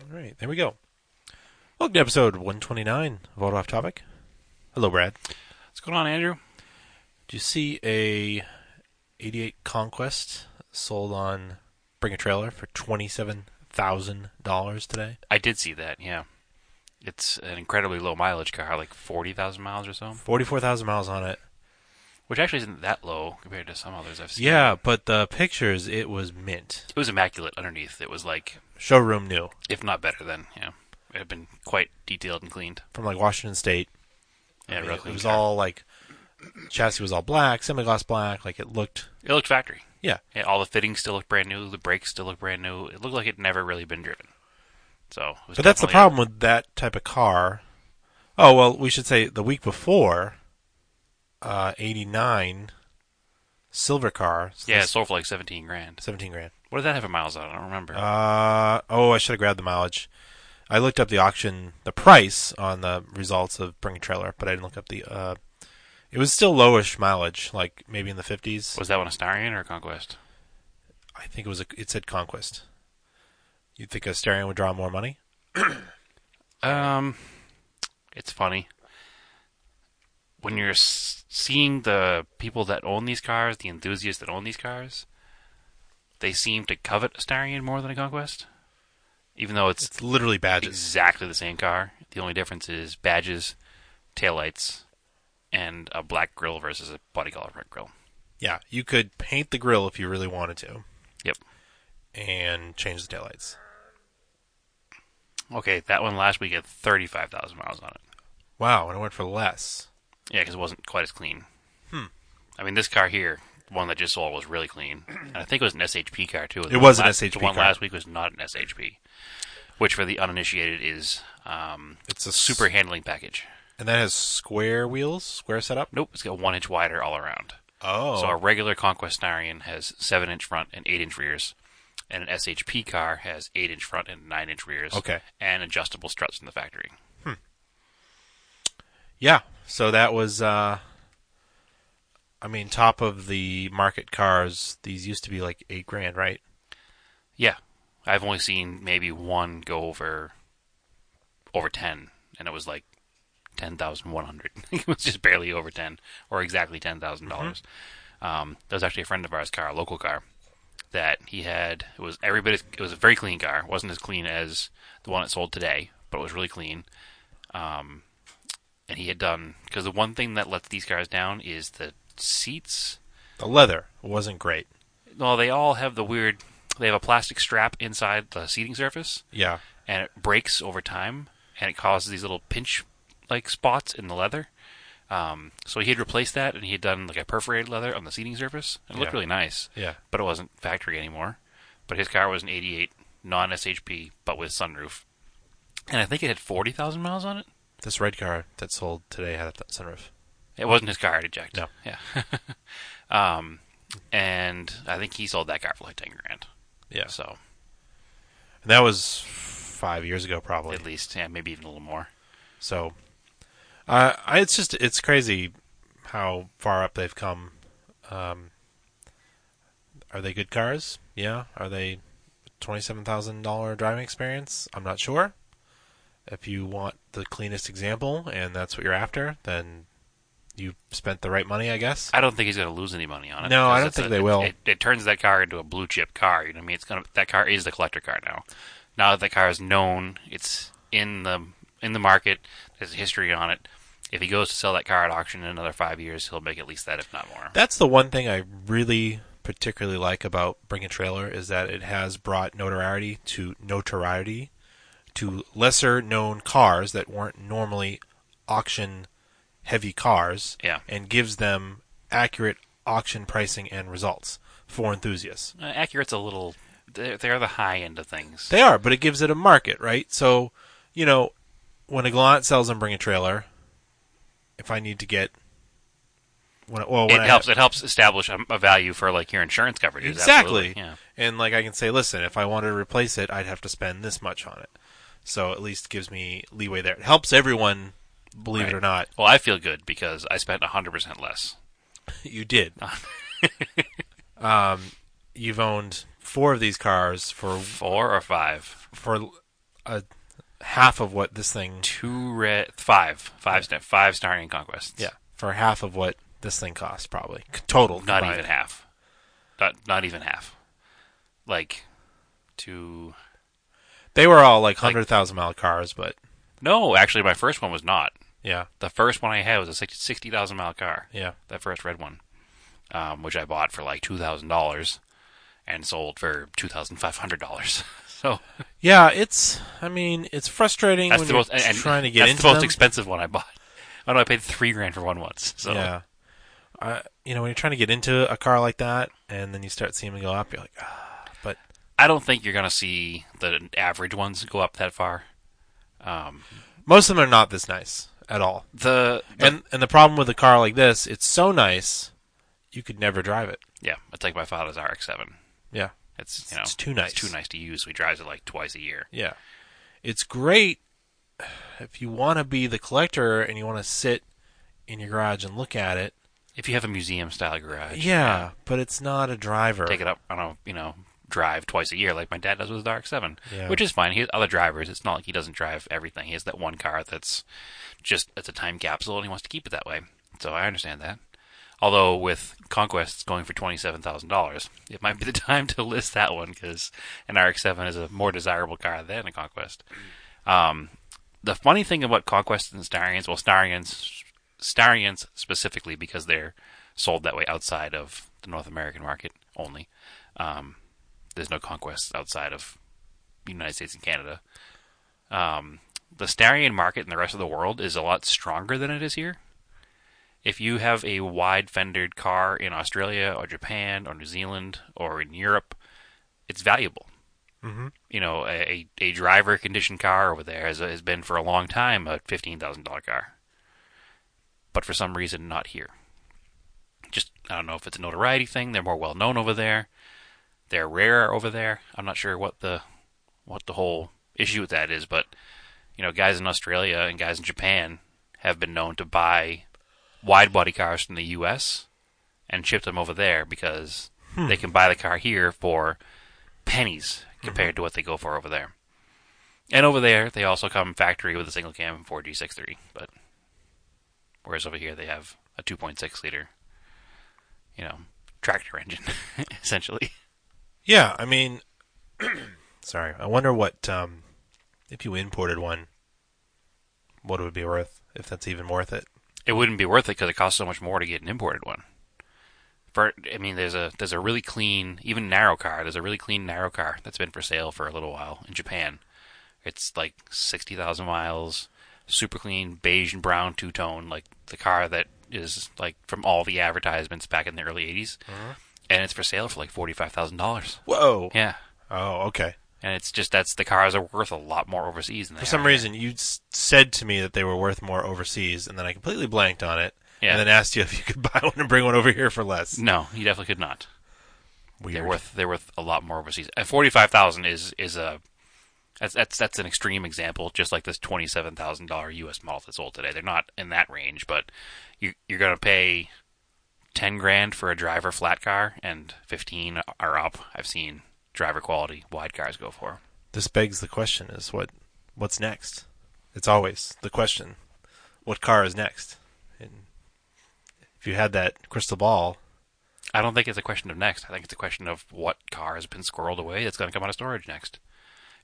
All right, there we go. Welcome to episode 129 of Auto Off Topic. Hello, Brad. What's going on, Andrew? Do you see a 88 Conquest sold on Bring a Trailer for $27,000 today? I did see that. Yeah, it's an incredibly low mileage car, like forty thousand miles or so, 44,000 miles on it. which actually isn't that low compared to some others I've seen. Yeah, but the pictures, it was mint. it was immaculate underneath. It was like, Showroom new if not better than, yeah, it had been quite detailed and cleaned. from like Washington State. I Yeah, mean, real it clean was car. all like chassis was all black, semi gloss black. Like it looked, It looked factory. yeah. Yeah, all the fittings still looked brand new. The brakes still looked brand new. It looked like it never really been driven. So, it was But that's the definitely a- problem with that type of car. Oh well, we should say the week before, uh, eighty nine, silver car. so Yeah, it this- sold for like seventeen grand. seventeen grand. What did that have in miles on? I don't remember. Uh, oh, I should have grabbed the mileage. I looked up the auction, the price on the results of Bring a Trailer, but I didn't look up the. Uh, it was still lowish mileage, like maybe in the fifties. was that one a Starion or a Conquest? I think it was. A, it said Conquest. You'd think a Starion would draw more money. Um, it's funny when you're s- seeing the people that own these cars, the enthusiasts that own these cars. They seem to covet a Starion more than a Conquest, even though it's It's literally badges. exactly the same car. The only difference is badges, taillights, and a black grill versus a body color front grill. Yeah, you could paint the grill if you really wanted to. Yep. and change the taillights. Okay, that one last week had 35,000 miles on it. Wow, and it went for less. Yeah, because it wasn't quite as clean. Hmm. I mean, this car here, the one that just sold, was really clean. And I think it was an SHP car, too. The one was an last- SHP The one car. last week was not an SHP, which for the uninitiated is um, It's a super handling package. and that has square wheels, square setup. Nope, it's got one inch wider all around. Oh, So a regular Conquest Starion has seven inch front and eight inch rears, and an SHP car has eight inch front and nine inch rears. Okay. and adjustable struts in the factory. yeah. So that was, uh, I mean, top of the market cars. These used to be like eight grand, right? Yeah, I've only seen maybe one go over over ten, and it was like ten thousand one hundred. it was just barely over ten, or exactly ten dollars. Um, that was actually a friend of ours' car, a local car, that he had. It was every bit. As, it was a very clean car. It wasn't as clean as the one that sold today, but it was really clean. Um, and he had done because the one thing that lets these cars down is the seats. The leather wasn't great. No, they all have the weird. They have a plastic strap inside the seating surface, Yeah, and it breaks over time, and it causes these little pinch-like spots in the leather. Um, so he had replaced that, and he had done like a perforated leather on the seating surface. It looked Yeah. really nice, yeah. but it wasn't factory anymore. But his car was an '88 non-SHP, but with sunroof, and I think it had forty thousand miles on it. This red car that sold today had a th- sunroof. It wasn't his car. I ejected. No. Yeah. um, and I think he sold that car for like ten grand. Yeah, So and that was five years ago, probably. at least, yeah, maybe even a little more. So, uh, I- it's just it's crazy how far up they've come. Um, are they good cars? Yeah. Are they twenty-seven thousand dollar driving experience? I'm not sure. If you want the cleanest example and that's what you're after, then you spent the right money, I guess. I don't think he's going to lose any money on it. No, I because don't it's think a- they it- will. It, it turns that car into a blue chip car. You know what I mean? It's going to that car is the collector car now. Now that the car is known, it's in the in the market. There's a history on it. If he goes to sell that car at auction in another five years, he'll make at least that, if not more. That's the one thing I really particularly like about Bring a Trailer is that it has brought notoriety to notoriety to lesser known cars that weren't normally auction heavy cars Yeah. and gives them accurate auction pricing and results for enthusiasts. Uh, Acura's a little. They're, they're the high end of things. They are, but it gives it a market, right? So, you know, when a Galant sells and bring a trailer, if I need to get when well, when it I helps. It helps establish a, a value for like your insurance coverage. Exactly. Yeah. And like I can say, listen, if I wanted to replace it, I'd have to spend this much on it. So at least gives me leeway there. It helps everyone, believe Right. it or not. Well, I feel good because I spent hundred percent less. You did. um, you've owned four of these cars for Four or five. for a half of what this thing. Two red, five, five star, five star in conquests. Yeah, for half of what this thing costs, probably C- total. not combined. even half. Not not even half. Like two. They were all like hundred thousand mile cars, but No, actually, my first one was not. yeah, The first one I had was a six- 60,000 mile car. yeah, That first red one, um, which I bought for like two thousand dollars, and sold for two thousand five hundred dollars. So yeah. It's I mean it's frustrating that's when the you're most and, and trying to get that's into the most them. expensive one I bought. I know I paid three grand for one once. So Yeah. I you know, when you're trying to get into a car like that, and then you start seeing them go up, you're like, ah. But I don't think you're gonna see the average ones go up that far. Um, most of them are not this nice at all. the, the- And and the problem with a car like this, it's so nice, you could never drive it. yeah, it's like my father's RX-7. Yeah, It's you know It's too nice. It's too nice to use. So he drives it like twice a year. yeah. It's great if you want to be the collector and you want to sit in your garage and look at it. If you have a museum style garage, Yeah, but it's not a driver. take it up on a you know drive twice a year like my dad does with the Dark Seven, Yeah. which is fine. He has other drivers. It's not like he doesn't drive everything. He has that one car that's just it's a time capsule and he wants to keep it that way. So I understand that. Although with Conquests going for twenty seven thousand dollars, it might be the time to list that one because an RX Seven is a more desirable car than a Conquest. Um, the funny thing about Conquests and Starions, well, Starions, Starions specifically because they're sold that way outside of the North American market only. Um, there's no conquests outside of the United States and Canada. Um, the Starion market in the rest of the world is a lot stronger than it is here. If you have a wide fendered car in Australia or Japan or New Zealand or in Europe, it's valuable. Mhm. You know, a, a driver conditioned car over there has, has been for a long time a $15,000 car. But for some reason, not here. Just, I don't know if it's a notoriety thing. They're more well known over there they're rare over there. I'm not sure what the what the whole issue with that is, but you know, guys in Australia and guys in Japan have been known to buy wide body cars from the US and ship them over there because they can buy the car here for pennies compared to what they go for over there. And over there they also come factory with a single cam 4G63, but whereas over here they have a 2.6 liter you know, tractor engine essentially. Yeah, I mean, sorry. I wonder what um, if you imported one, what it would be worth if that's even worth it. it wouldn't be worth it because it costs so much more to get an imported one. For I mean, there's a there's a really clean, even narrow car. There's a really clean narrow car that's been for sale for a little while in Japan. It's like sixty thousand miles, super clean, beige and brown two tone, like the car that is like from all the advertisements back in the early '80s, Uh-huh. and it's for sale for like forty five thousand dollars. Whoa. Yeah, Oh, okay. and it's just that's the cars are worth a lot more overseas. Than For some reason, you s- said to me that they were worth more overseas, and then I completely blanked on it, Yeah. and then asked you if you could buy one and bring one over here for less. no, you definitely could not. Weird. They're worth they're worth a lot more overseas. And forty five thousand is is a that's that's that's an extreme example. Just like this twenty seven thousand dollar U.S. model that's sold today, they're not in that range. But you you're gonna pay ten grand for a driver flat car, and fifteen are up. I've seen driver quality wide cars go for. This begs the question: Is what what's next? It's always the question: What car is next? And if you had that crystal ball, I don't think it's a question of next. I think it's a question of what car has been squirreled away that's going to come out of storage next.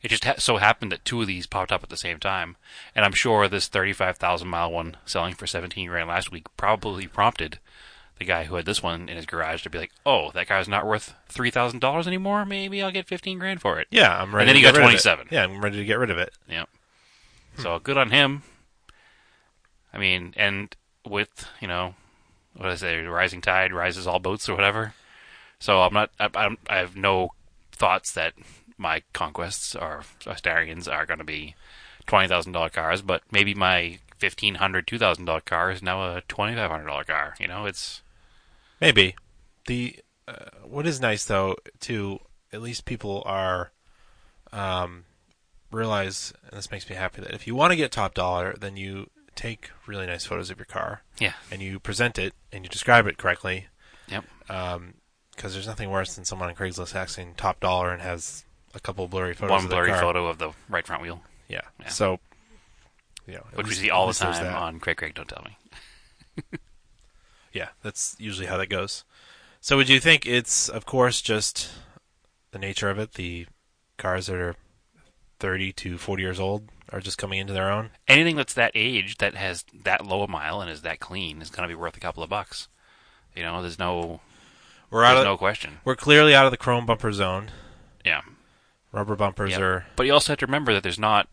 It just ha- so happened that two of these popped up at the same time, and I'm sure this 35,000 mile one selling for 17 grand last week probably prompted the guy who had this one in his garage to be like, "Oh, that car's not worth three thousand dollars anymore. Maybe I'll get 15 grand for it." yeah, I'm ready. then to he get got rid of it. 27. Yeah, I'm ready to get rid of it. Yep. So good on him. I mean, and with you know, what did I say, rising tide rises all boats or whatever. So I'm not. I, I'm, I have no thoughts that my conquests or Astarians are going to be twenty thousand dollar cars, but maybe my fifteen hundred, two thousand dollar car is now a twenty five hundred dollar car. You know, it's Maybe the uh, what is nice though to at least people are um, realize, and this makes me happy that if you want to get top dollar, then you take really nice photos of your car yeah, and you present it and you describe it correctly. yep, Because there's nothing worse than someone on Craigslist asking top dollar and has a couple blurry photos. one of their blurry car. photo of the right front wheel. Yeah. Yeah. So, you know, at which we least- see at all the least there's time that. on Craig Craig Don't Tell Me. Yeah, that's usually how that goes. So, would you think it's, of course, just the nature of it? The cars that are 30 to 40 years old are just coming into their own? Anything that's that age that has that low a mile and is that clean is going to be worth a couple of bucks. You know, there's no We're, out there's of, no question. we're clearly out of the chrome bumper zone. Yeah. Rubber bumpers Yeah. are. But you also have to remember that there's not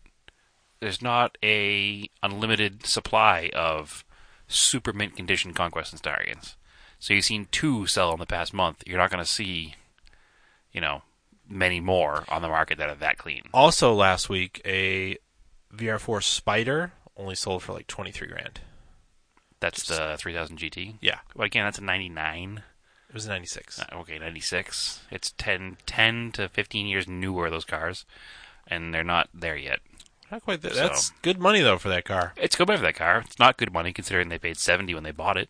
there's not a unlimited supply of super mint condition Conquest and Starians. So you've seen two sell in the past month. You're not going to see, you know, many more on the market that are that clean. Also, last week, a VR4 Spider only sold for like 23 grand. That's the 3000 GT. Yeah, Well, again, that's a 99. it was 96. Uh, Okay, 96. It's 10, 10 to 15 years newer, those cars. And they're not there yet. Not quite there. so- That's good money, though, for that car. It's good money for that car. It's not good money considering they paid 70 when they bought it.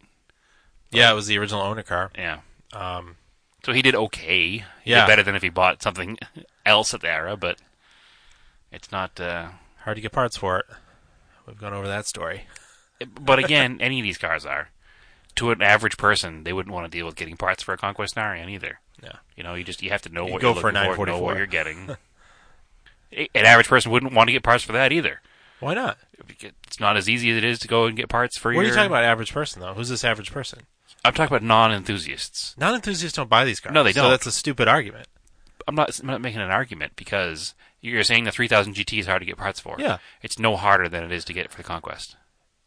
Yeah, it was the original owner car. Yeah. Um, So he did okay. He Yeah. did better than if he bought something else at the era, but it's not. Uh, hard to get parts for it. We've gone over that story. but again, any of these cars are. To an average person, they wouldn't want to deal with getting parts for a Conquest Narian either. Yeah. You know, you just you have to know You what go you're for a looking for, know 944. what you're getting. A- an average person wouldn't want to get parts for that either. Why not? It's not as easy as it is to go and get parts for What are your. you talking about, average person, though? Who's this average person? I'm talking about non-enthusiasts. Non enthusiasts don't buy these cars. No, they So don't. that's a stupid argument. I'm not. I'm not making an argument because you're saying the 3000 GT is hard to get parts for. Yeah. it's no harder than it is to get for the Conquest.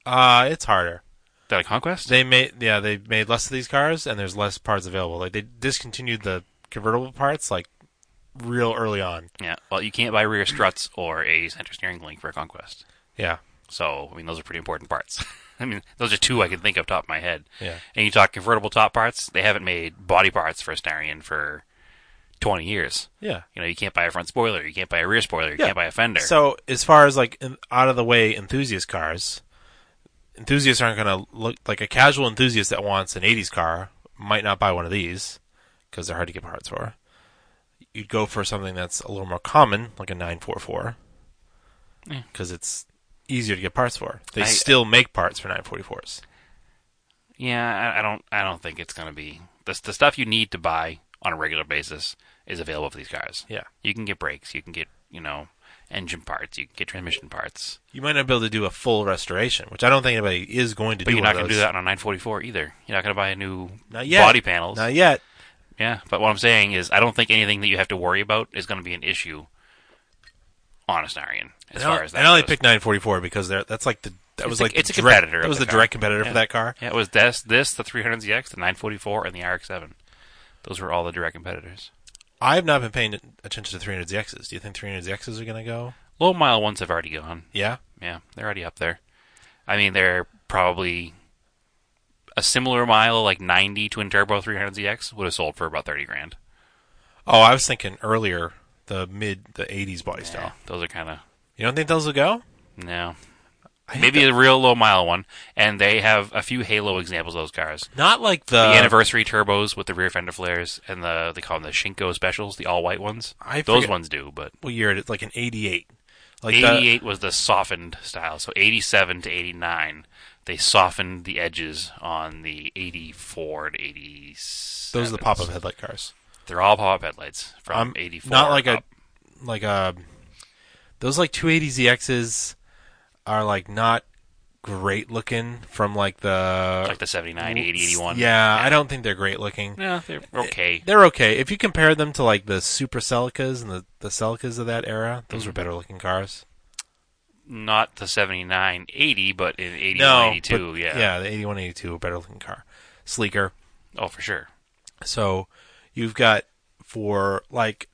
Uh, it's harder. Is that a conquest? They made yeah, they made less of these cars and there's less parts available. Like they discontinued the convertible parts like real early on. yeah. Well, you can't buy rear struts or a center steering link for a conquest. Yeah. So, I mean, those are pretty important parts. I mean, those are two I can think of top of my head. Yeah. And you talk convertible top parts, they haven't made body parts for a Starion for 20 years. Yeah. You know, you can't buy a front spoiler, you can't buy a rear spoiler, you Yeah. can't buy a fender. So as far as like out of the way enthusiast cars, enthusiasts aren't going to look like a casual enthusiast that wants an 80s car might not buy one of these because they're hard to get parts for. You'd go for something that's a little more common, like a 944, Yeah. because it's easier to get parts for. They I- still make parts for 944s. yeah, I, I don't I don't think it's going to be the the stuff you need to buy on a regular basis is available for these cars. Yeah. You can get brakes, you can get, you know, engine parts, you can get transmission parts. You might not be able to do a full restoration, which I don't think anybody is going to But do. you're one of not going to do those. that on a 944 either. You're not going to buy a new Not yet. body panels. Not yet. yeah, but what I'm saying is, I don't think anything that you have to worry about is going to be an issue on a Snarian as And I- far as that and I only goes. picked 944 because they're, that's like the that It's was a- like the it's a direct- competitor That of was the the car. direct competitor Yeah. for that car. Yeah, it was this, this, the 300ZX, the 944, and the RX-7. Those were all the direct competitors. I have not been paying attention to 300ZXs. Do you think 300ZXs are going to go? Low mile ones have already gone. Yeah, Yeah, they're already up there. I mean, they're probably a similar mile, like 90 twin turbo 300ZX would have sold for about 30 grand. Oh, I was thinking earlier the mid the '80s body Yeah, style. those are kind of You don't think those will go? no. I think Maybe a real low mile one, and they have a few Halo examples of those cars. Not like the, The anniversary turbos with the rear fender flares, and the they call them the Shinko specials, the all white ones. I Those forget- ones do, but What year? It's like an '88. Like the- eighty eight was the softened style, so eighty seven to eighty nine, they softened the edges on the eighty four to eighty. those are the pop-up headlight cars. They're all pop up headlights from Um, eighty four. Not like a like a those like 280ZXs are like not great looking from like the like the 79, 80, 81. Yeah, I don't think they're great looking. no, they're Eh. okay. They're okay. If you compare them to like the Super Celicas and the, the Celicas of that era, those Mm-hmm. were better looking cars. Not the 79, 80, but in 81, No, 82, but- yeah. yeah, the eighty-one, eighty-two, a better looking car, sleeker. Oh, for sure. So you've got for like,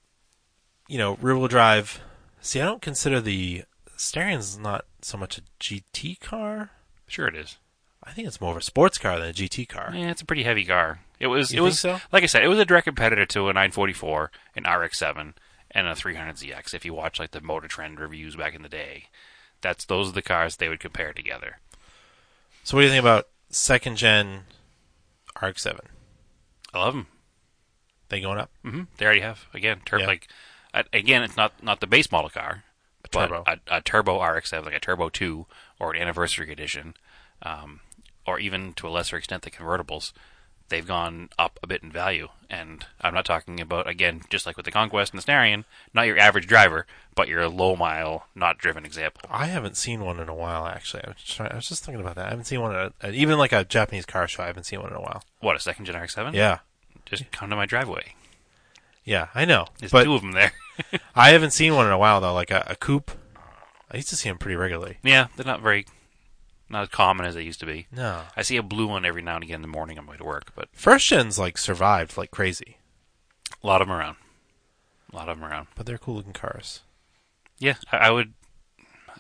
you know, rear wheel drive. See, I don't consider the Starion's not so much a GT car. Sure it is. I think it's more of a sports car than a GT car. Yeah, it's a pretty heavy car. It was. You it think was so? like I said. It was a direct competitor to a 944, an RX-7, and a 300ZX. If you watch like the Motor Trend reviews back in the day, that's those are the cars they would compare together. So what do you think about second gen RX-7? I love them. They going up? hmm Mm-hmm. They already have again. Turb, Yeah. Like I- again, it's not not the base model car, but Turbo. A, a turbo RX-7, like a turbo two or an anniversary edition, um, or even to a lesser extent the convertibles, they've gone up a bit in value. And I'm not talking about again, just like with the Conquest and the Snarian, not your average driver, but your low mile, not driven example. I haven't seen one in a while. Actually, I was, trying, I was just thinking about that. I haven't seen one at, at even like a Japanese car show. I haven't seen one in a while. What a second gen RX-7! Yeah, just come to my driveway. yeah, I know. There's but two of them there. I haven't seen one in a while though. Like a, a coupe. I used to see them pretty regularly. yeah, they're not very, not as common as they used to be. No, I see a blue one every now and again in the morning on my way to work, but first gens like survived like crazy, a lot of them around. A lot of them around. but they're cool looking cars. Yeah, I, I would.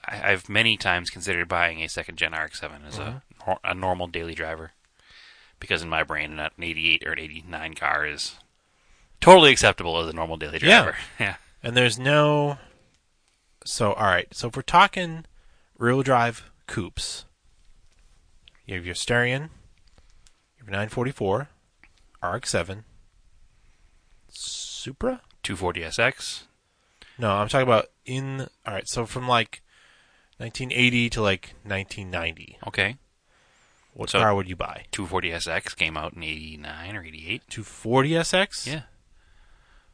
I, I've many times considered buying a second gen RX-7 as Uh-huh. a nor- a normal daily driver, because in my brain, an 88 or an 89 car is totally acceptable as a normal daily Yeah. driver. Yeah, And there's no. So all right. So if we're talking real drive coupes, you have your Starion, your 944, RX-7, Supra. 240SX. No, I'm talking about in. All right. So from like 1980 to like 1990, Okay, what So- car would you buy? 240SX came out in 89 or 88. 240 SX. Yeah,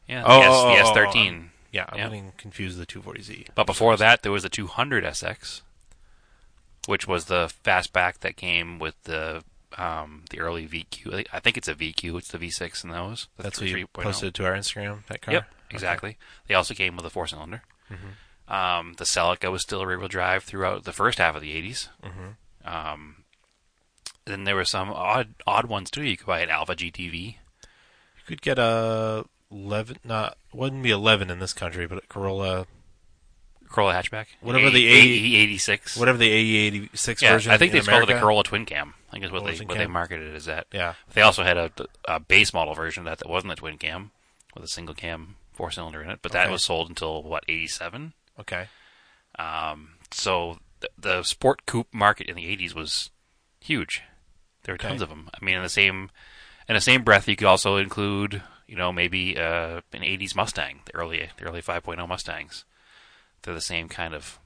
yeah. Oh, the S, oh, oh, oh, the S13. Yeah, I'm Yeah. getting confused with the 240Z. But before that, there was the 200 SX, which was the fastback that came with the um, the early VQ. I think it's a VQ. It's the V6 in those. The That's what you 3.0. posted to our Instagram. That car. oh. Yep, exactly. They also came with a four cylinder. Mm-hmm. Um, the Celica was still a rear wheel drive throughout the first half of the 80s. Mm-hmm. Um, then there were some odd odd ones too. You could buy an Alpha GTV. You could get a 11, not wouldn't be 11 in this country, but a Corolla, Corolla hatchback, Whatever the AE eighty six, whatever the AE86 yeah, version. I think in they called it a America. Corolla twin cam. I think is what Corolla they twin what they cam. marketed it as that. Yeah, They also had a, a base model version of that that wasn't a twin cam with a single cam four cylinder in it, but that Okay. was sold until what eighty seven. okay. Um, so the, the sport coupe market in the eighties was huge. There were tons Okay. of them. I mean, in the same in the same breath, you could also include you know maybe uh, an eighties Mustang, the early the early five oh Mustangs. They're the same kind of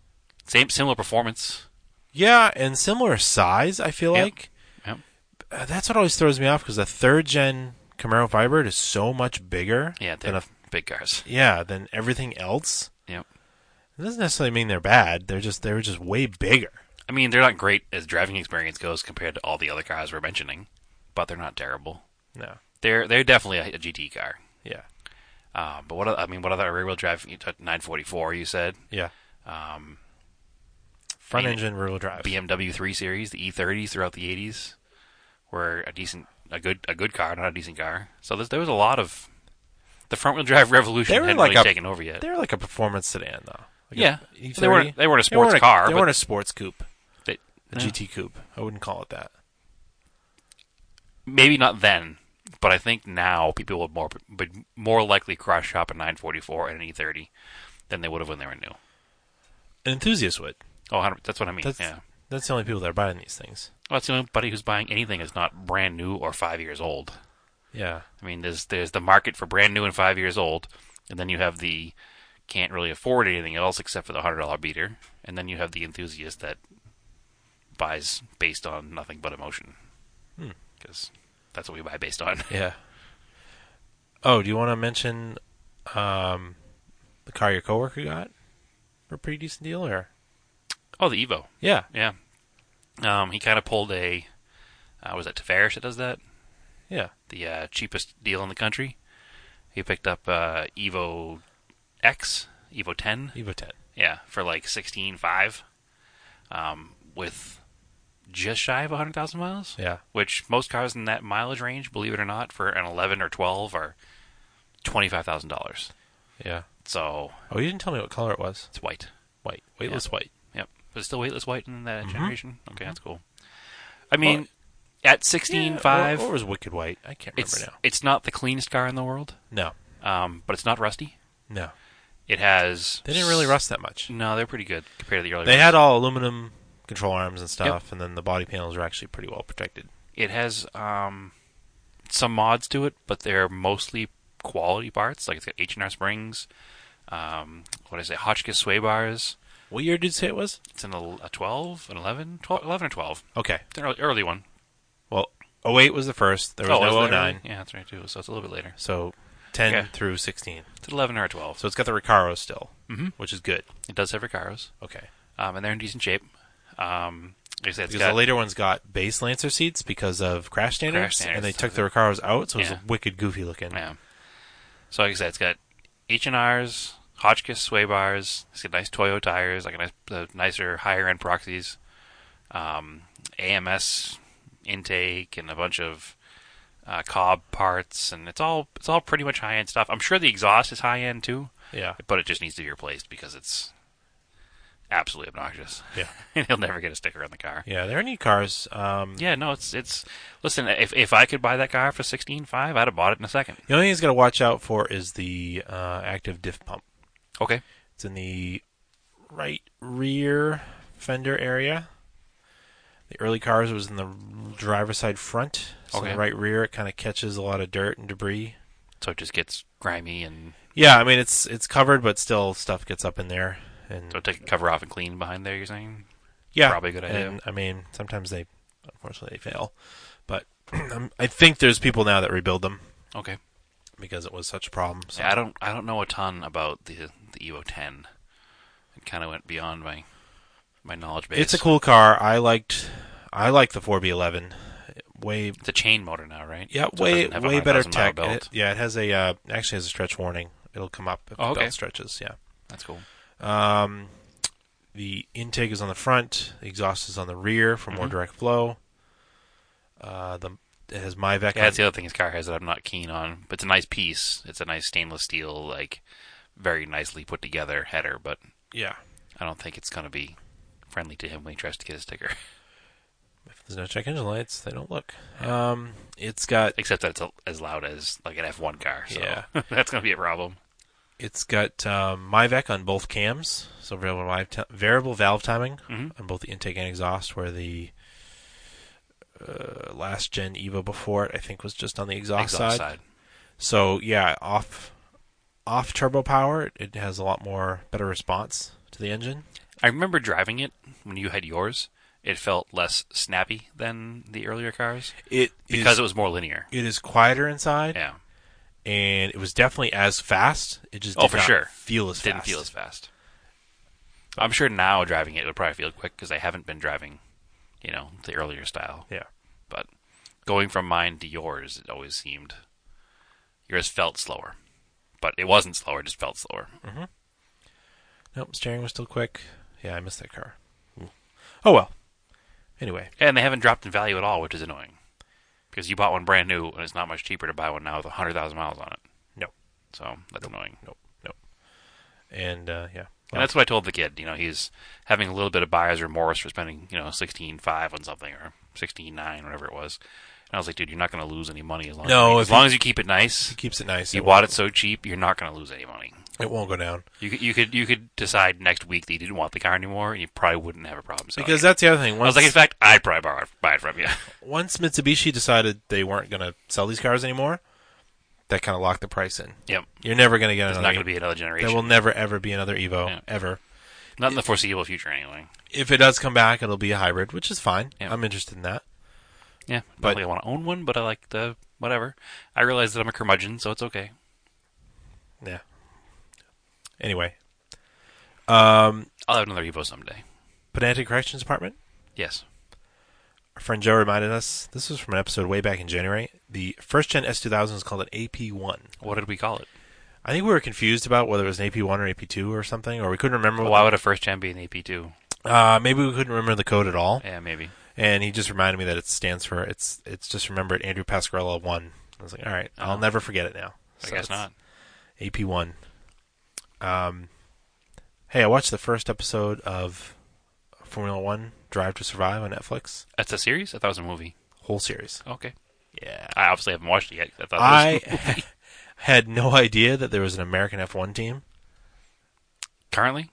same similar performance. Yeah, and similar size, I feel Yep. like. Yep. Uh, that's what always throws me off because the third gen Camaro Firebird is so much bigger. Yeah, they're than a, big cars. yeah, than everything else. Yep. It doesn't necessarily mean they're bad. They're just they were just way bigger. I mean, they're not great as driving experience goes compared to all the other cars we're mentioning, but they're not terrible. No. They're they're definitely a, a GT car. Yeah. Um, but what oth- I mean, what other rear-wheel drive? you took 944, you said Yeah. um, Front mean, engine rear wheel drive. BMW 3 Series, the E30s throughout the 80s were a decent, a good, a good car, not a decent car. So there's, there was a lot of the front-wheel drive revolution They were hadn't like really a- taken over yet. They're like a performance sedan though. Like a Yeah, E30. they weren't they weren't a sports they weren't car, A, they but weren't a sports coupe. they- A no. GT coupe. I wouldn't call it that. maybe not then, but I think now people would more would more likely cross shop a 944 and an E30 than they would have when they were new. An enthusiast would. Oh, 100 that's what I mean. That's yeah, that's the only people that are buying these things. well, that's the only buddy who's buying anything that's not brand new or five years old. Yeah. I mean, there's there's the market for brand new and five years old, and then you have the can't really afford anything else except for the hundred dollar beater, and then you have the enthusiast that buys based on nothing but emotion, because that's what we buy based on. Yeah. Oh, do you want to mention um, the car your coworker got for a pretty decent deal, or Oh, the Evo. yeah, Yeah. Um, he kind of pulled a, uh, was that Tavares that does that? yeah, The uh, cheapest deal in the country. He picked up uh, Evo X, Evo 10, Evo ten. yeah, for like sixteen five, um, with just shy of hundred thousand miles. Yeah, Which most cars in that mileage range, believe it or not, for an eleven or twelve are twenty five thousand dollars. yeah. So Oh, you didn't tell me what color it was. it's white. White, weightless white. Yep. Was it still weightless white in that Mm-hmm. generation? Okay, that's cool. I mean, at sixteen Yeah, five, or, or was wicked white? I can't remember it's it's not the cleanest car in the world, now. um, but it's not rusty. No, no, It has they didn't really rust that much. No, they're pretty good compared to the earlier. They ones. had all aluminum control arms and stuff, and then the body panels are actually pretty well protected. it has um, some mods to it, but they're mostly quality parts. Like it's got H and R springs. um, what is it, Hotchkiss sway bars. What year did you say it was? It's an el- a 12, an 11, 12, 11 or 12. Okay. It's an early, early one. Well, 08 was the first. There was Oh, no is that 09. early? Yeah, that's right, too. So it's a little bit later. So 10 Okay. through 16. It's an 11 or a 12. So it's got the Recaro still, Mhm. which is good. It does have Recaros, Okay. um, and they're in decent shape. Um, like I said, it's Because got, the later ones got base Lancer seats because of crash standards, standards, and they so took the Recaros out, so it was Yeah. wicked goofy looking. yeah. So like I said, it's got H and R's, Hotchkiss sway bars. It's got nice Toyo tires, like a nice, uh, nicer higher end proxies, um, AMS intake, and a bunch of uh, Cobb parts, and it's all it's all pretty much high end stuff. I'm sure the exhaust is high end too, Yeah. but it just needs to be replaced because it's absolutely obnoxious. Yeah. and he'll never get a sticker on the car. Yeah, there are neat cars. Um, Yeah, no, it's it's. Listen, if if I could buy that car for sixteen five, I'd have bought it in a second. The only thing he's got to watch out for is the uh, active diff pump. Okay. It's in the right rear fender area. The early cars it was in the driver's side front. So Okay. the right rear it kind of catches a lot of dirt and debris. So it just gets grimy, and Yeah, I mean it's it's covered, but still stuff gets up in there. And so take the cover off and clean behind there. You're saying? yeah, probably a good idea. And I mean sometimes they unfortunately they fail, but um, I think there's people now that rebuild them Okay. because it was such a problem. So. Yeah, I don't I don't know a ton about the the Evo ten. It kind of went beyond my my knowledge base. It's a cool car. I liked I liked the 4B11 way It's a chain motor now, right? yeah, So it way doesn't have a way better 100,000 mile tech. belt. It- yeah, it has a uh, actually has a stretch warning. It'll come up if Oh, the okay. belt stretches, yeah. That's cool. Um the intake is on the front, the exhaust is on the rear for more Mhm. direct flow. Uh the it has my Vec Yeah, that's the other thing his car has that I'm not keen on. But it's a nice piece. It's a nice stainless steel, like very nicely put together header, but yeah. I don't think it's going to be friendly to him when he tries to get a sticker. If there's no check engine lights, they don't look. Um it's got Except that it's a, as loud as like an F1 car. So Yeah. that's going to be a problem. It's got um, MyVec on both cams, so variable, valve ti- variable valve timing Mhm. on both the intake and exhaust. Where the uh, last gen Evo before it, I think, was just on the exhaust, Exhaust side. So yeah, off off turbo power, it- it has a lot more better response to the engine. I remember driving it when you had yours. It felt less snappy than the earlier cars It because it was more linear. it is quieter inside, Yeah. and it was definitely as fast. It just Oh, did for not sure. feel as Didn't fast. feel as fast. I'm sure now driving it, it would probably feel quick because I haven't been driving, you know, the earlier style. yeah. But going from mine to yours, it always seemed yours felt slower, but it wasn't slower; it just felt slower. Nope, steering was still quick. Yeah, I missed that car. Oh well. Anyway. And they haven't dropped in value at all, which is annoying because you bought one brand new, and it's not much cheaper to buy one now with hundred thousand miles on it. No. So that's annoying. Nope, nope. And uh, yeah, And that's what I told the kid. You know, he's having a little bit of buyer's remorse for spending, you know, sixteen five on something or sixteen nine, whatever it was. And I was like, dude, you're not going to lose any money as long No, as, if as long you- as you keep it nice. it keeps it nice. You won't- bought it so cheap, you're not going to lose any money. It won't go down You could, you could you could decide next week that you didn't want the car anymore, and you probably wouldn't have a problem selling because it. that's the other thing. I was Once, like, in fact, I'd probably borrow, buy it from you. once Mitsubishi decided they weren't going to sell these cars anymore, that kind of locked the price in. yep, You're never going to get there's another. not going to Evo. be another There generation, will never ever be another Evo Yeah. ever. not in the foreseeable future anyway. If it does come back, it'll be a hybrid, which is fine. Yeah. I'm interested in that. Yeah, But- but I want to own one, but I like the whatever. I realize that I'm a curmudgeon, so it's okay. Yeah. Anyway, I'll have another Evo someday. Pedantic Corrections Department. Yes. Our friend Joe reminded us this was from an episode way back in January. The first gen S2000 is called an AP1. What did we call it? I think we were confused about whether it was an AP1 or AP2 or something, or we couldn't remember. Why would a first gen be an AP2? uh, maybe we couldn't remember the code at all. Yeah, maybe. And he just reminded me that it stands for it's it's just remember it Andrew Pasquarella one. I was like, all right, I'll Oh. never forget it now. I So guess it's not. AP one. Um, hey, I watched the first episode of Formula One Drive to Survive on Netflix, That's a series? I thought it was a movie. whole series. Okay. Yeah, I obviously haven't watched it yet. 'cause I thought it was I had no idea that there was an American F one team. currently.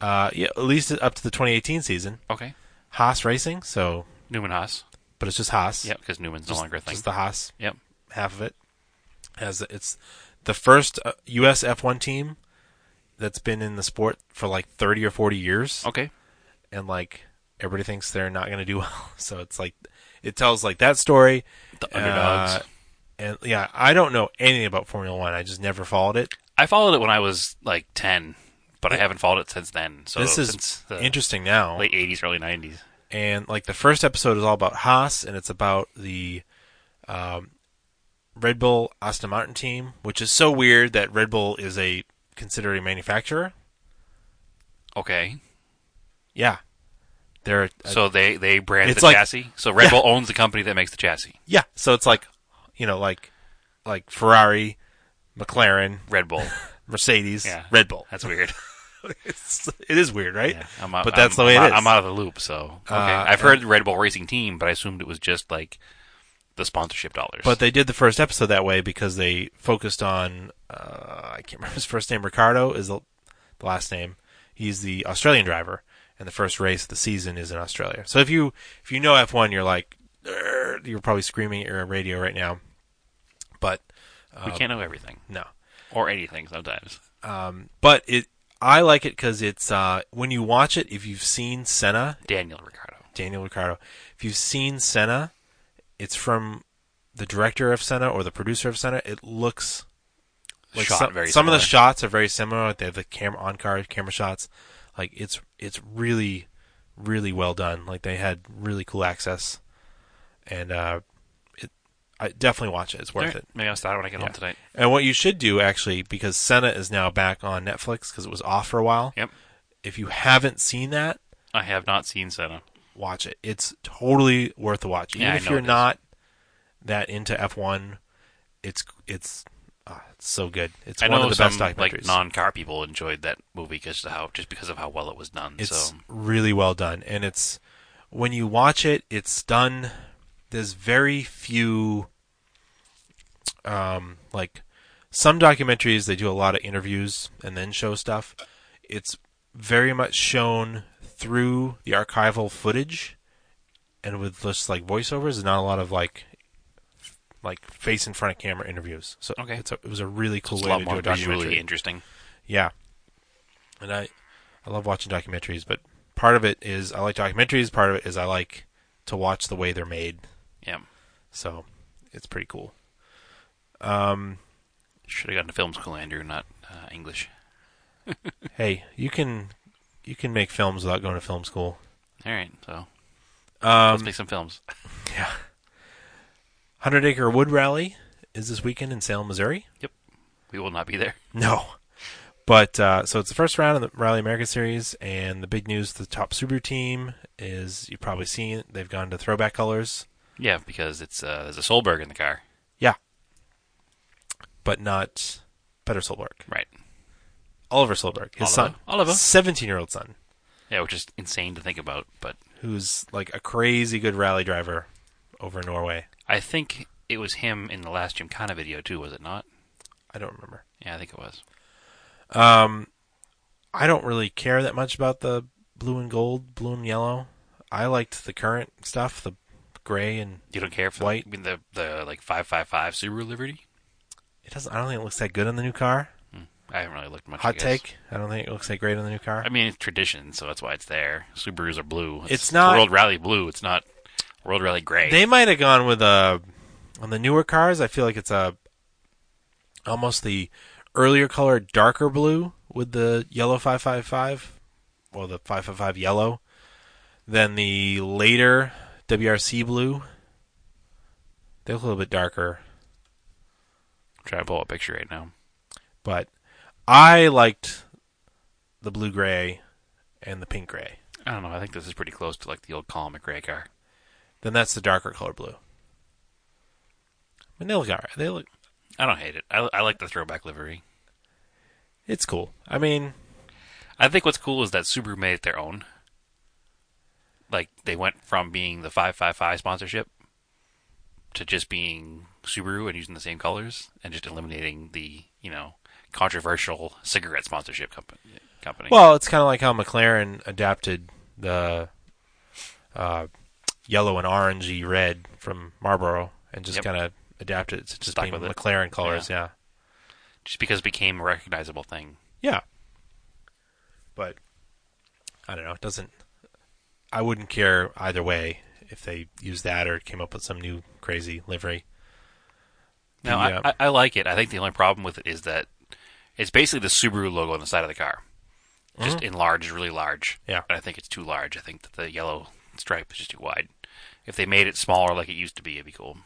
Uh, yeah, at least up to the 2018 season, Okay. Haas Racing. So Newman Haas. but it's just Haas. Yep, because Newman's just, no longer a thing. Just the Haas Yep. half of it. Has it's the first uh, U.S. F1 team that's been in the sport for like 30 or 40 years Okay. and like everybody thinks they're not going to do well. So it's like it tells like that story. The underdogs. Uh, and yeah, I don't know anything about Formula One. I just never followed it. I followed it when I was like ten, but I haven't followed it since then. So this Oh, since is the interesting now. late '80s, early '90s. And like the first episode is all about Haas, and it's about the um, Red Bull Aston Martin team, which is so weird that Red Bull is a considered a manufacturer. Okay, Yeah, they're a- so they they brand It's the like- chassis. So Red Yeah. Bull owns the company that makes the chassis. yeah. So it's like you know like like Ferrari, McLaren, Red Bull. Mercedes, Yeah. Red Bull. That's weird. it's, it is weird, right? Yeah, I'm out, but that's the I'm- way I'm it out- is. I'm out of the loop. So okay, Uh, I've heard Red Bull Racing Team, but I assumed it was just like the sponsorship dollars. But they did the first episode that way because they focused on uh, I can't remember his first name. Ricardo is the, the last name. He's the Australian driver, and the first race of the season is in Australia. So if you if you know F1, you're like "Argh," you're probably screaming at your radio right now. But Uh, we can't know everything no, or anything sometimes. um, but it I like it because it's uh, when you watch it. If you've seen Senna, Daniel Ricardo. Daniel Ricardo. If you've seen Senna, it's from the director of Senna or the producer of Senna. It looks like Shot some, very some of the similar. shots are very similar. Like they have the camera on car camera shots. Like it's it's really really well done. Like they had really cool access, and uh, it I definitely watch it. It's worth Alright, it. Maybe I'll start when I get home tonight. And what you should do actually, because Senna is now back on Netflix because it was off for a while. Yep. If you haven't seen that, I have not seen Senna. watch it. It's totally worth the watch. Even Yeah, I if know you're it is. not that into F1, it's it's, ah, it's so good. It's I one know of the some best documentaries. like non-car people enjoyed that movie because of how just because of how well it was done. it's so really well done, and it's when you watch it, it's done. There's very few, um, like some documentaries. They do a lot of interviews and then show stuff. It's very much shown through the archival footage, and with just like voiceovers, and not a lot of like like face in front of camera interviews. So Okay. it's a, it was a really cool it's a way lot to do more a visually documentary. interesting. Yeah. And I I love watching documentaries, but part of it is I like documentaries, part of it is I like to watch the way they're made. Yeah, So it's pretty cool. should have gotten to film school, Andrew, not uh, English. Hey, you can you can make films without going to film school. All right, so let's Um, make some films. yeah. Hundred Acre Wood Rally is this weekend in Salem, Missouri. We will not be there. No. But uh, so it's the first round of the Rally America Series, and the big news: the top Subaru team is you've probably seen it. They've gone to throwback colors. Yeah, because it's uh, there's a Solberg in the car. Yeah. But not Petter Solberg. Right. Oliver Solberg, his son. Oliver. Oliver. 17 year old son, Yeah, which is insane to think about, but who's like a crazy good rally driver over in Norway. I think it was him in the last Gymkhana video too, was it not? I don't remember. Yeah, I think it was. Um, I don't really care that much about the blue and gold, blue and yellow. I liked the current stuff, the gray and You don't care for White. I mean, the the like five five five Subaru Liberty. it doesn't. I don't think it looks that good on the new car. I haven't really looked much. I Hot guess. take. I don't think it looks that great on the new car. I mean, it's tradition, so that's why it's there. Subarus are blue. It's not- World Rally blue. It's not World Rally gray. They might have gone with a on the newer cars. I feel like it's a almost the earlier color, darker blue with the yellow five five five, or the five five five yellow, than the later WRC blue. They look a little bit darker, Try to pull a picture right now. but I liked the blue gray and the pink gray. I don't know. I think this is pretty close to like the old Colin McRae car. Then that's the darker color blue. I mean, they look alright. They look. I don't hate it. I, I like the throwback livery. It's cool. I mean, I think what's cool is that Subaru made it their own. Like they went from being the five five five sponsorship to just being Subaru and using the same colors and just eliminating the you know controversial cigarette sponsorship company. Company. Well, it's kind of like how McLaren adapted the uh, yellow and orangey red from Marlboro and just Yep. kind of adapted it to just Stuck being with it. McLaren colors. Yeah. just because it became a recognizable thing. yeah, But I don't know. It doesn't. I wouldn't care either way if they used that or came up with some new crazy livery. No, Yeah. I, I, I like it. I think the only problem with it is that it's basically the Subaru logo on the side of the car, just enlarged, really large. Yeah. and I think it's too large. I think that the yellow stripe is just too wide. If they made it smaller, like it used to be, it'd be cool.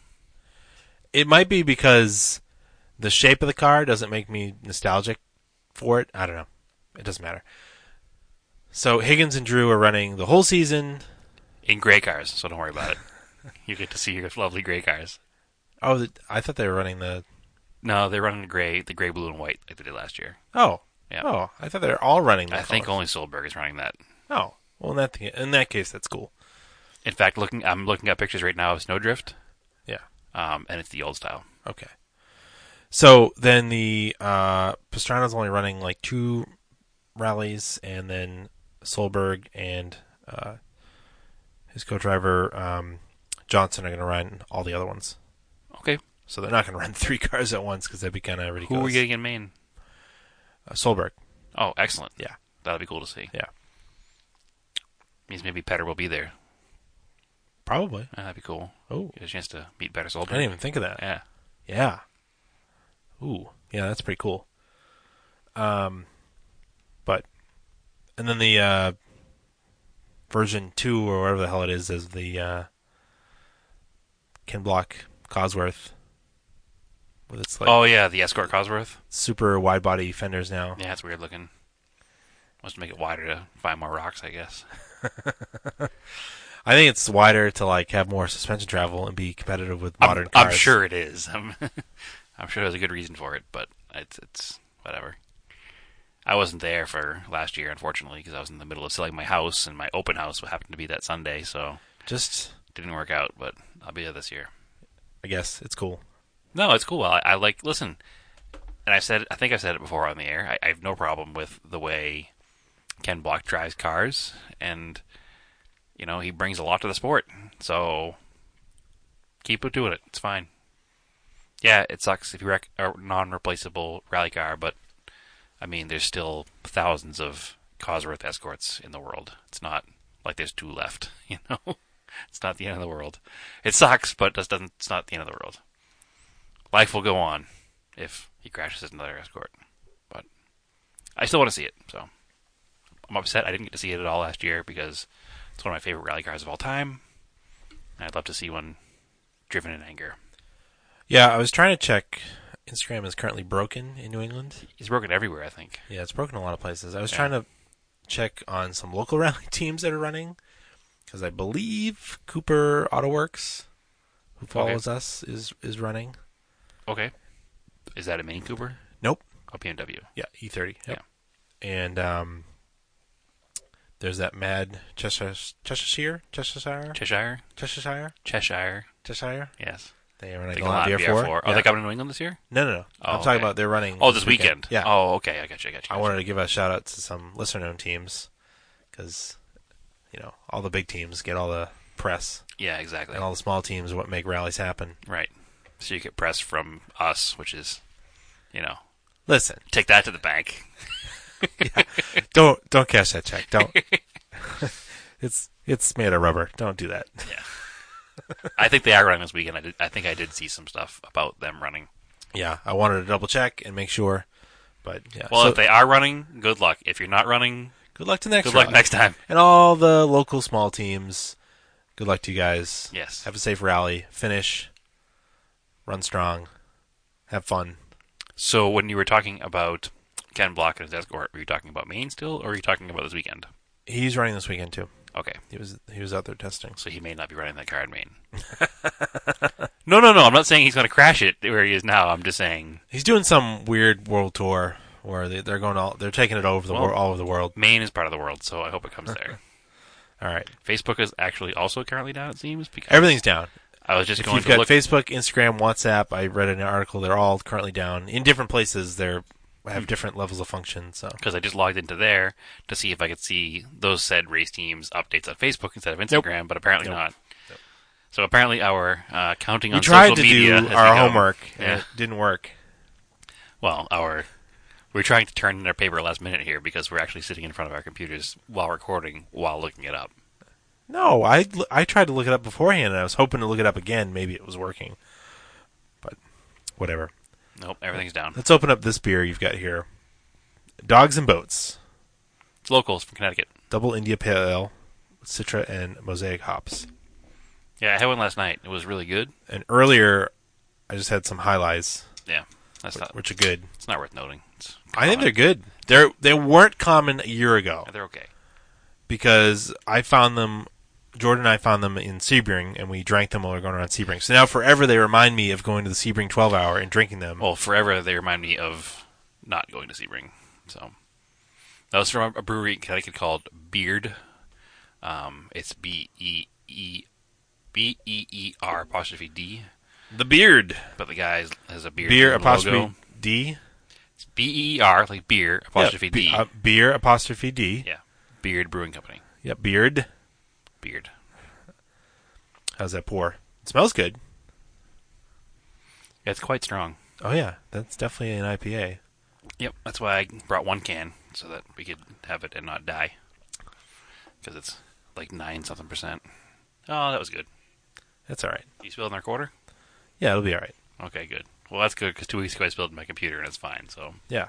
It might be because the shape of the car doesn't make me nostalgic for it. I don't know. It doesn't matter. So Higgins and Drew are running the whole season. In gray cars, so don't worry about it. you get to see your lovely gray cars. Oh, the, I thought they were running the. No, they're running gray, the gray, blue, and white like they did last year. Oh, Yeah. oh, I thought they were all running. The I think colors. only Solberg is running that. Oh, well, in that thing, in that case, that's cool. In fact, looking, I'm looking at pictures right now of Snowdrift, Yeah. um, and it's the old style. Okay. So then the uh, Pastrana's only running like two rallies, and then Solberg and uh, his co-driver um, Johnson are going to run all the other ones. Okay, So they're not going to run three cars at once because that'd be kind of who ridiculous. are we getting in Maine? Uh, Solberg. Oh, excellent. Yeah. That'll be cool to see. Yeah. Means maybe Petter will be there. Probably. Uh, that'd be cool. Oh, Get a chance to meet Petter I didn't Solberg. even think of that. Yeah. Yeah. Ooh, yeah, that's pretty cool. Um, but and then the uh, version two or whatever the hell it is is the uh, Ken Block Cosworth with its like oh, yeah, the Escort Cosworth. super wide body fenders now. Yeah, it's weird looking. Must make it wider to find more rocks, I guess. I think it's wider to like have more suspension travel and be competitive with I'm- modern I'm, cars. sure it is. I'm, I'm sure there's a good reason for it, but it's, it's whatever. I wasn't there for last year, unfortunately, because I was in the middle of selling my house, and my open house happened to be that Sunday, so Just didn't work out, but I'll be there this year. I guess it's cool. No, it's cool. I, I like listen, and I said I think I said it before on the air. I, I have no problem with the way Ken Block drives cars, and you know he brings a lot to the sport. So keep doing it. It's fine. Yeah, it sucks if you wreck a non-replaceable rally car, but I mean, there's still thousands of Cosworth escorts in the world. It's not like there's two left. You know, it's not the end of the world. It sucks, but it doesn't. It's not the end of the world life will go on if he crashes another escort. But I still want to see it, so I'm upset I didn't get to see it at all last year because it's one of my favorite rally cars of all time. And I'd love to see one driven in anger. Yeah, I was trying to check. Instagram is currently broken in New England. He's broken everywhere, I think. Yeah, it's broken a lot of places. I was Yeah. trying to check on some local rally teams that are running because I believe Cooper Auto Works, who follows us, is is running. Okay. Is that a Mini Cooper? Oh, Nope. A BMW. Yeah, E30. Yeah. And um, there's that mad Cheshire, Cheshire, Cheshire, Cheshire? Cheshire, Cheshire. Cheshire. Yes. They are running The a lot Galant of VR4. VR4. Oh, Yeah. they coming to New England this year? No, no, no. I'm Oh, talking okay. about they're running. Oh, this weekend. Yeah. Oh, okay. I got you. I got you. I wanted to give a shout out to some listener known teams because, you know, all the big teams get all the press. Yeah, exactly. and all the small teams are what make rallies happen. Right. So you get press from us, which is, you know, Listen, take that to the bank. don't don't cash that check. Don't. it's it's made of rubber. Don't do that. I think they are running this weekend. I, did, I think I did see some stuff about them running. Yeah, I wanted to double check and make sure, but yeah. Well, So, if they are running, good luck. If you're not running, good luck to next. good luck rally. next time. And all the local small teams, good luck to you guys. Yes. Have a safe rally. Finish. Run strong. Have fun. So when you were talking about Ken Block and his escort, were you talking about Maine still, or are you talking about this weekend? He's running this weekend too. Okay, He was he was out there testing. so he may not be running that car in Maine. no, no, no. I'm not saying he's going to crash it where he is now. I'm just saying He's doing some weird world tour where they, they're going all they're taking it over the Well- wor- all over the world. Maine is part of the world, so I hope it comes there. All right, Facebook is actually also currently down. It seems because everything's down. I was just if going you've to got look. Facebook, Instagram, WhatsApp, I read an article. They're all currently down in different places. They are have different levels of function. So because I just logged into there to see if I could see those said race teams updates on Facebook instead of Instagram, but apparently Nope. not. So apparently our uh, counting we on tried social to media um, do has our become- homework, Yeah. and it didn't work. well, our We're trying to turn in our paper last minute here because we're actually sitting in front of our computers while recording while looking it up. No, I I tried to look it up beforehand, and I was hoping to look it up again. Maybe it was working, but whatever. Nope, everything's down. Let's open up this beer you've got here. Dogs and Boats, It's locals from Connecticut. double India Pale Ale, with Citra and Mosaic hops. Yeah, I had one last night. It was really good. And earlier, I just had some highlights, Yeah, that's not. which are good. It's not worth noting. It's I think common. they're good. They're they weren't common a year ago they're okay. because I found them. Jordan and I found them in Sebring, and we drank them while we were going around Sebring. So now forever they remind me of going to the Sebring 12 hour and drinking them. Well, forever they remind me of not going to Sebring. So that was from a brewery in Connecticut called Beard. Um, it's B E E B E E R apostrophe D. the beard. But the guy is- has a beard. beer in the apostrophe logo. D It's B E E R like beer apostrophe Yeah, be- D. uh, beer apostrophe D. yeah, Beard Brewing Company. Yeah, beard. Beard. How's that pour? It smells good. Yeah, it's quite strong. Oh yeah, that's definitely an IPA. Yep, that's why I brought one can so that we could have it and not die. Because it's like nine something percent. Oh, that was good. That's all right. You spilled in our quarter. Yeah, it'll be all right. Okay, good. Well, that's good because two weeks ago I spilled my computer and it's fine. So Yeah,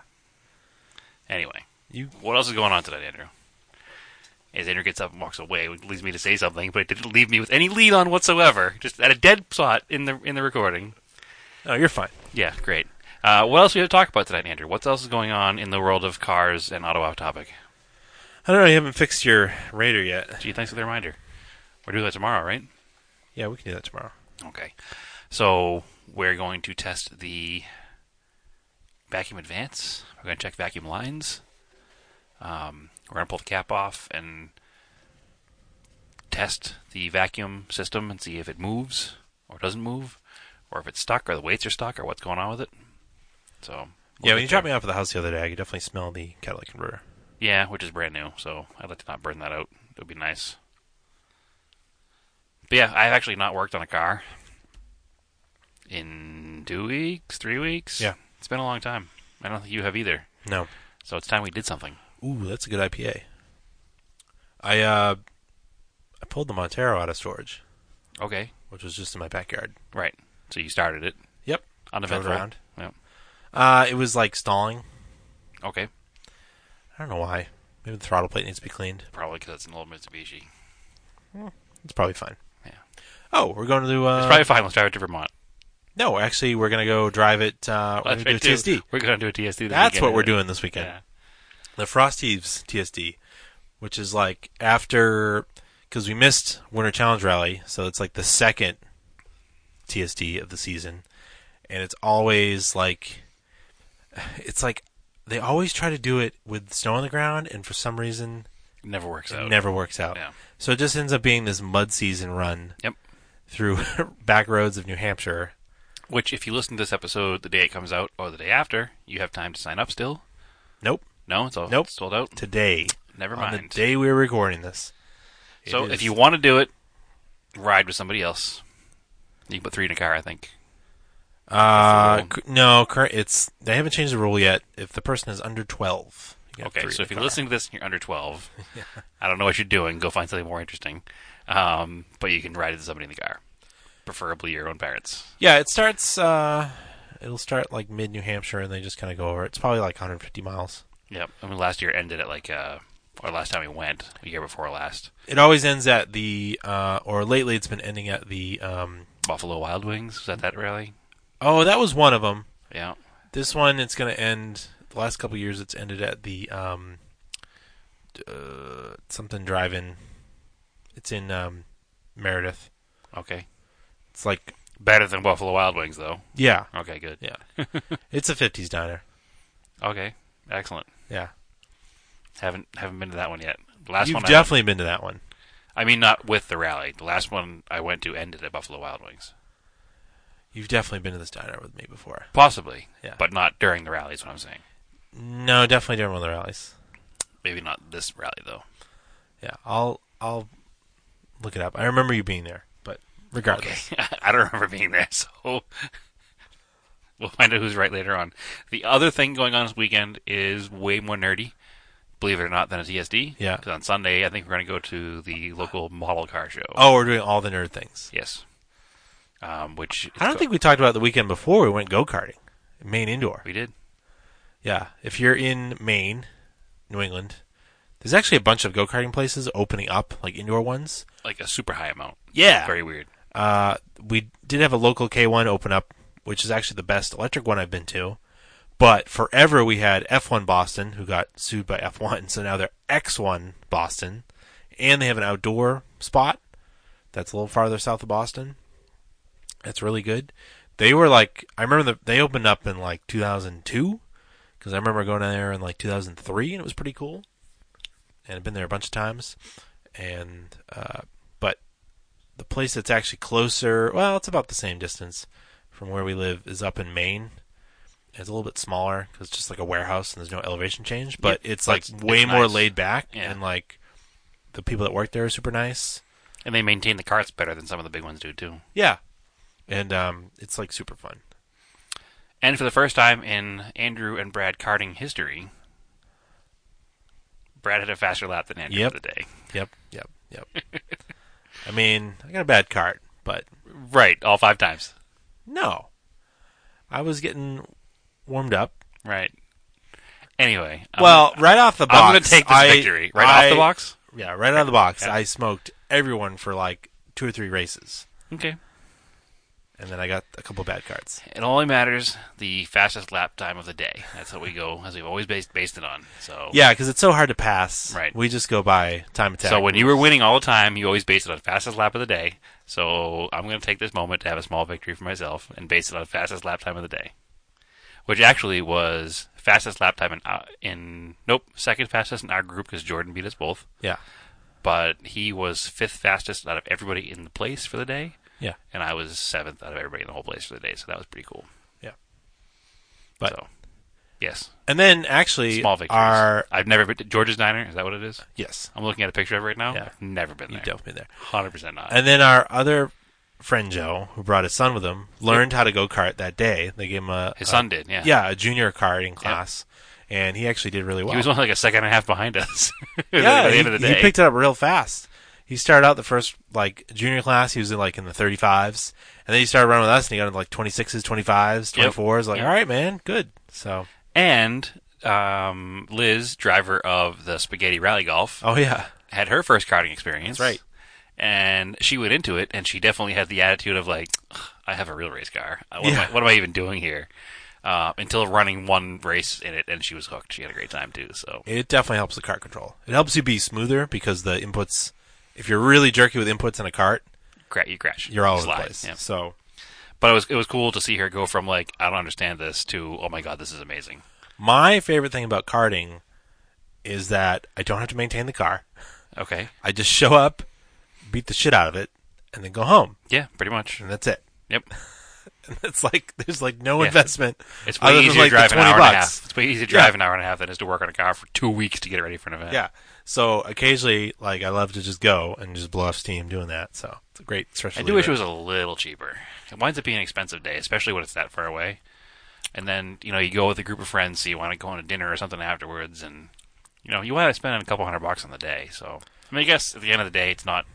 anyway, you. what else is going on today, Andrew? As Andrew gets up and walks away, which leaves me to say something, but it didn't leave me with any lead on whatsoever. Just at a dead spot in the in the recording. Oh, you're fine. Yeah, great. Uh, what else we have to talk about tonight, Andrew? What else is going on in the world of cars and auto off topic? I don't know. You haven't fixed your radar yet. Gee, thanks for the reminder. We're doing that tomorrow, right? Yeah, we can do that tomorrow. Okay. So we're going to test the vacuum advance. We're going to check vacuum lines. Um, we're going to pull the cap off and test the vacuum system and see if it moves or doesn't move, or if it's stuck, or the weights are stuck, or what's going on with it. So yeah, when you dropped me off at the house the other day, I could definitely smell the catalytic converter. yeah, which is brand new. So I'd like to not burn that out. It would be nice. But yeah, I've actually not worked on a car in two weeks, three weeks. Yeah. it's been a long time. I don't think you have either. No. So it's time we did something. Ooh, that's a good IPA. I uh, I pulled the Montero out of storage, Okay, which was just in my backyard. right. So you started it Yep. Drove uneventful. around. Yep. Uh, it was like stalling. Okay, I don't know why. Maybe the throttle plate needs to be cleaned. probably because it's an old Mitsubishi. It's probably fine. Yeah. Oh, we're going to. Uh, It's probably fine. Let's drive it to Vermont. no, actually, we're going to go drive it. Uh, we're Let's going to do a TSD. We're gonna do a TSD. the That's weekend what of we're it. doing this weekend. Yeah. The Frosties TSD, which is like after because we missed Winter Challenge Rally, so it's like the second TSD of the season, and it's always like it's like they always try to do it with snow on the ground, and for some reason It never works it out. never works out. Yeah. So it just ends up being this mud season run Yep. through back roads of New Hampshire. Which, if you listen to this episode the day it comes out or the day after, you have time to sign up still. Nope. No, it's all Nope. it's sold out. Today. Never on mind. the day we're recording this. It so, is- if you want to do it, ride with somebody else. You can put three in a car, I think. uh, that's the cu- no, current it's they haven't changed the rule yet. If the person is under twelve, you can have Okay, three so in if the you're car. listening to this and you're under 12, I don't know what you're doing. Go find something more interesting. Um, but you can ride it with somebody in the car, preferably your own parents. yeah, it starts. Uh, it'll start like mid New Hampshire, and they just kind of go over. it. It's probably like 150 miles. Yep. I mean, last year ended at like, uh, or last time we went, the year before last, It always ends at the, uh, or lately it's been ending at the. Um, Buffalo Wild Wings. Was that that rally? oh, that was one of them. Yeah. This one, it's going to end. The last couple years, it's ended at the um, uh, something drive-in. It's in um, Meredith. Okay. It's like Better than Buffalo Wild Wings, though. yeah, Okay, good. Yeah. it's a '50s diner. Okay, excellent. Yeah, Haven't haven't been to that one yet. The last you've one, I went- definitely been to that one. I, mean, not with the rally. The last one I went to ended at Buffalo Wild Wings, You've definitely been to this diner with me before. possibly, Yeah. but not during the rally. Is what I'm saying. No, definitely during one of the rallies. Maybe not this rally though. Yeah, I'll I'll look it up. I remember you being there, but regardless, I don't remember being there, so We'll find out who's right later on. The other thing going on this weekend is way more nerdy, believe it or not, than a TSD. Yeah. 'Cause on Sunday, I think we're going to go to the local model car show. Oh, we're doing all the nerd things. Yes. Um, which I don't think we talked about the weekend before we went go karting, Maine indoor. we did. Yeah, if you're in Maine, New England, there's actually a bunch of go karting places opening up, like indoor ones. Like a super high amount. Yeah, Very weird. Uh, we did have a local K1 open up, which is actually the best electric one I've been to. But forever we had F1 Boston, who got sued by F1, so now they're X1 Boston, and they have an outdoor spot that's a little farther south of Boston. That's really good. They were like, I remember the, they opened up in like 2002, because I remember going there in like 2003, and it was pretty cool. And I've been there a bunch of times, and uh, but the place that's actually closer, well, it's about the same distance from where we live, is up in Maine. It's a little bit smaller because it's just like a warehouse and there's no elevation change, but it's like it's- it's way more nice. laid back Yeah. and like the people that work there are super nice. And they maintain the carts better than some of the big ones do, too. Yeah, and um, it's like super fun. And for the first time in Andrew and Brad karting history, Brad had a faster lap than Andrew Yep. for the day. Yep, yep, yep. I mean, I got a bad cart, but Right, all five times. no, I was getting warmed up. Right. Anyway, I'm- well, right off the box, I'm going to take this I- victory right off I- the box. Yeah, right out of the box, Yeah. I smoked everyone for like two or three races, Okay. and then I got a couple bad carts. It only matters the fastest lap time of the day. That's what we go, as we've always based based it on. So Yeah, because it's so hard to pass. Right. we just go by time attack. So when you were winning all the time, you always based it on fastest lap of the day. So I'm going to take this moment to have a small victory for myself and base it on fastest lap time of the day, which actually was fastest lap time in uh, in nope second fastest in our group because Jordan beat us both, yeah, but he was fifth fastest out of everybody in the place for the day, yeah, and I was seventh out of everybody in the whole place for the day. So that was pretty cool. yeah. But- so yes, And then actually, small victories. our I've never been to George's Diner. Is that what it is? yes, I'm looking at a picture of it right now. Yeah. I've never been you there. dealt me there. Hundred percent not. And then our other friend Joe, who brought his son with him, learned how to go kart that day. They gave him a His a- son did, yeah. yeah, a junior karting class, and he actually did really well. He was only like a second and a half behind us. yeah, at the he, end of the he day. picked it up real fast. He started out the first like junior class. He was in like in the 35s, and then he started running with us, and he got into like 26s, 25s, 24s. Like, Yep. all right, man, good. So, and um, Liz, driver of the Spaghetti Rally Golf, oh yeah, had her first karting experience. That's right. And she went into it, and she definitely had the attitude of like, "Ugh, I have a real race car. Uh, What, Yeah. am, I, what am I even doing here? Uh, until running one race in it, and she was hooked. She had a great time too. So it definitely helps the cart control. It helps you be smoother because the inputs. If you're really jerky with inputs in a cart, cra- you crash. you're all over the Slide. place. Yeah. So But it was it was cool to see her go from like I don't understand this to oh my god this is amazing. My favorite thing about karting is that I don't have to maintain the car. Okay. I just show up, beat the shit out of it, and then go home, Yeah. Pretty much. and that's it. Yep. And it's like there's like no Yeah. investment. It's way other than, easier to like, the drive an 20 hour and a bucks. half. It's way easier to Yeah. drive an hour and a half than it is to work on a car for two weeks to get it ready for an event. Yeah. So occasionally, like I love to just go and just blow off steam doing that. So it's a great stress. I do wish it was a little cheaper. It winds up being an expensive day, especially when it's that far away. And then you know you go with a group of friends, so you want to go on a dinner or something afterwards, and you know you want to spend a couple hundred bucks on the day. So I mean, I guess at the end of the day, it's not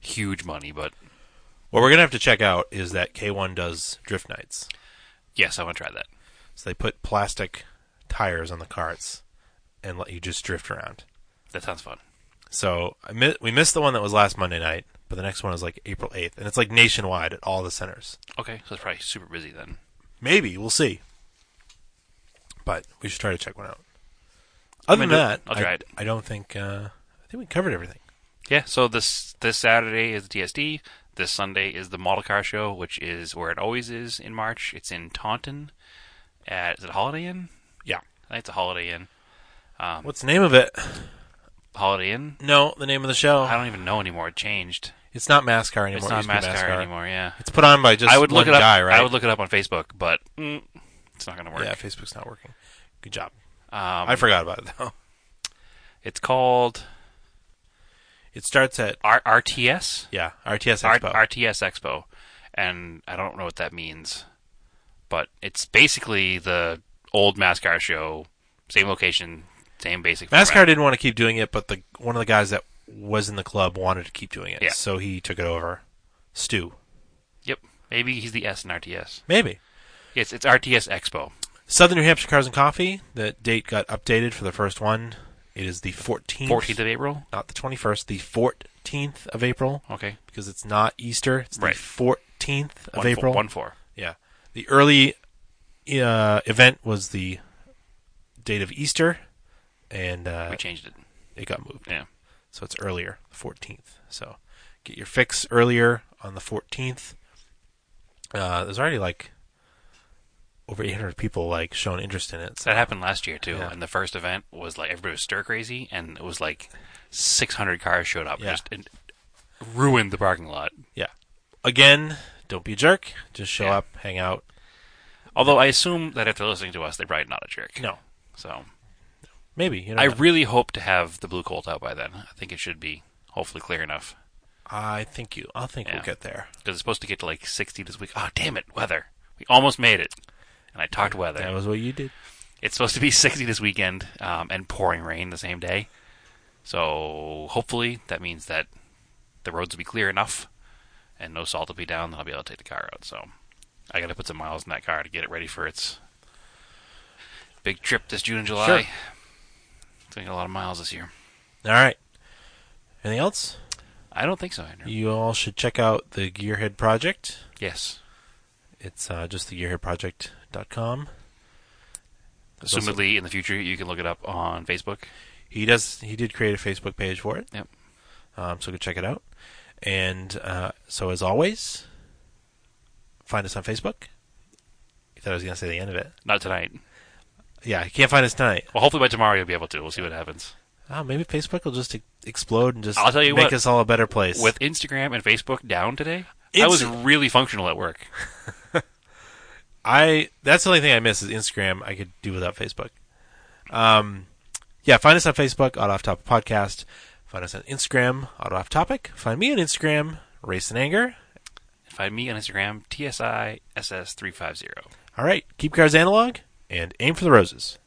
huge money, but What we're gonna have to check out is that K1 does drift nights. yes, I want to try that. So they put plastic tires on the carts and let you just drift around. That sounds fun. So I mi- we missed the one that was last Monday night, but the next one is like April 8th, and it's like nationwide at all the centers. Okay, so it's probably super busy then. Maybe we'll see, but we should try to check one out. Other than into it. that, I'll I- try it. I don't think uh, I think we covered everything. Yeah, so this this Saturday is the TSD. This Sunday is the Model Car Show, which is where it always is in March. It's in Taunton. At is it Holiday Inn? Yeah. I think it's a Holiday Inn. Um, What's the name of it? Holiday Inn. No, the name of the show. I don't even know anymore. It changed. It's not Mascar anymore. It's It not used to be NASCAR anymore. Yeah, It's put on by just I would one look it up. guy, right? I would look it up on Facebook, but mm, it's not going to work. yeah, Facebook's not working. Good job. Um, I forgot about it though. it's called It starts at R- RTS. yeah RTS R- Expo. RTS Expo, and I don't know what that means, But it's basically the old Mascar show, same location, same basic. Mascar format. didn't want to keep doing it, but the one of the guys that was in the club wanted to keep doing it, Yeah. so he took it over. Stu, Yep. Maybe he's the S in RTS. maybe Yes, it's RTS Expo. Southern New Hampshire Cars and Coffee. The date got updated for the first one. It is the 14th, 14th of April. not the 21st, the 14th of April Okay. because it's not Easter. It's Right. the 14th of One April. Four, one four. Yeah. The early uh, event was the date of Easter, and uh, We changed it. it got moved. Yeah. So it's earlier, the 14th. So get your fix earlier on the 14th. Uh, there's already like over 800 people like showing interest in it. So That happened last year too. Yeah. And the first event was like everybody was stir crazy, and it was like 600 cars showed up, Yeah. just and ruined the parking lot. yeah. Again, don't be a jerk. Just show Yeah. up, hang out. Although I assume that if they're listening to us, they're probably not a jerk. No, So maybe you know. I really hope to have the blue colt out by then. I think it should be hopefully clear enough I think you. I think Yeah. we'll get there. because it's supposed to get to like 60 this week. Oh damn it, weather! We almost made it, and I talked weather. That was what you did. It's supposed to be 60 this weekend um, and pouring rain the same day. So hopefully that means that the roads will be clear enough and no salt will be down. Then I'll be able to take the car out. So I got to put some miles in that car to get it ready for its big trip this June and July. Sure. It's going to get a lot of miles this year. All right. Anything else? I don't think so, Andrew. You all should check out the Gearhead Project. Yes. It's uh, just the gearheadproject.com. There's also- Assumedly in the future you can look it up on Facebook. He does. He did create a Facebook page for it. Yep. Um, so go check it out. And uh, so as always, find us on Facebook. You thought I was going to say the end of it. Not tonight. Yeah, you can't find us tonight. Well, hopefully by tomorrow you'll be able to. We'll see what happens. Oh, maybe Facebook will just e- explode and just I'll tell you make what. us all a better place. With Instagram and Facebook down today, I Insta- was really functional at work. I that's the only thing I miss is Instagram. I could do without Facebook. Um, yeah, find us on Facebook, Odd Off Topic Podcast. Find us on Instagram, Odd Off Topic. Find me on Instagram, Race and Anger. Find me on Instagram, TSISS350. All right, keep cars analog and aim for the roses.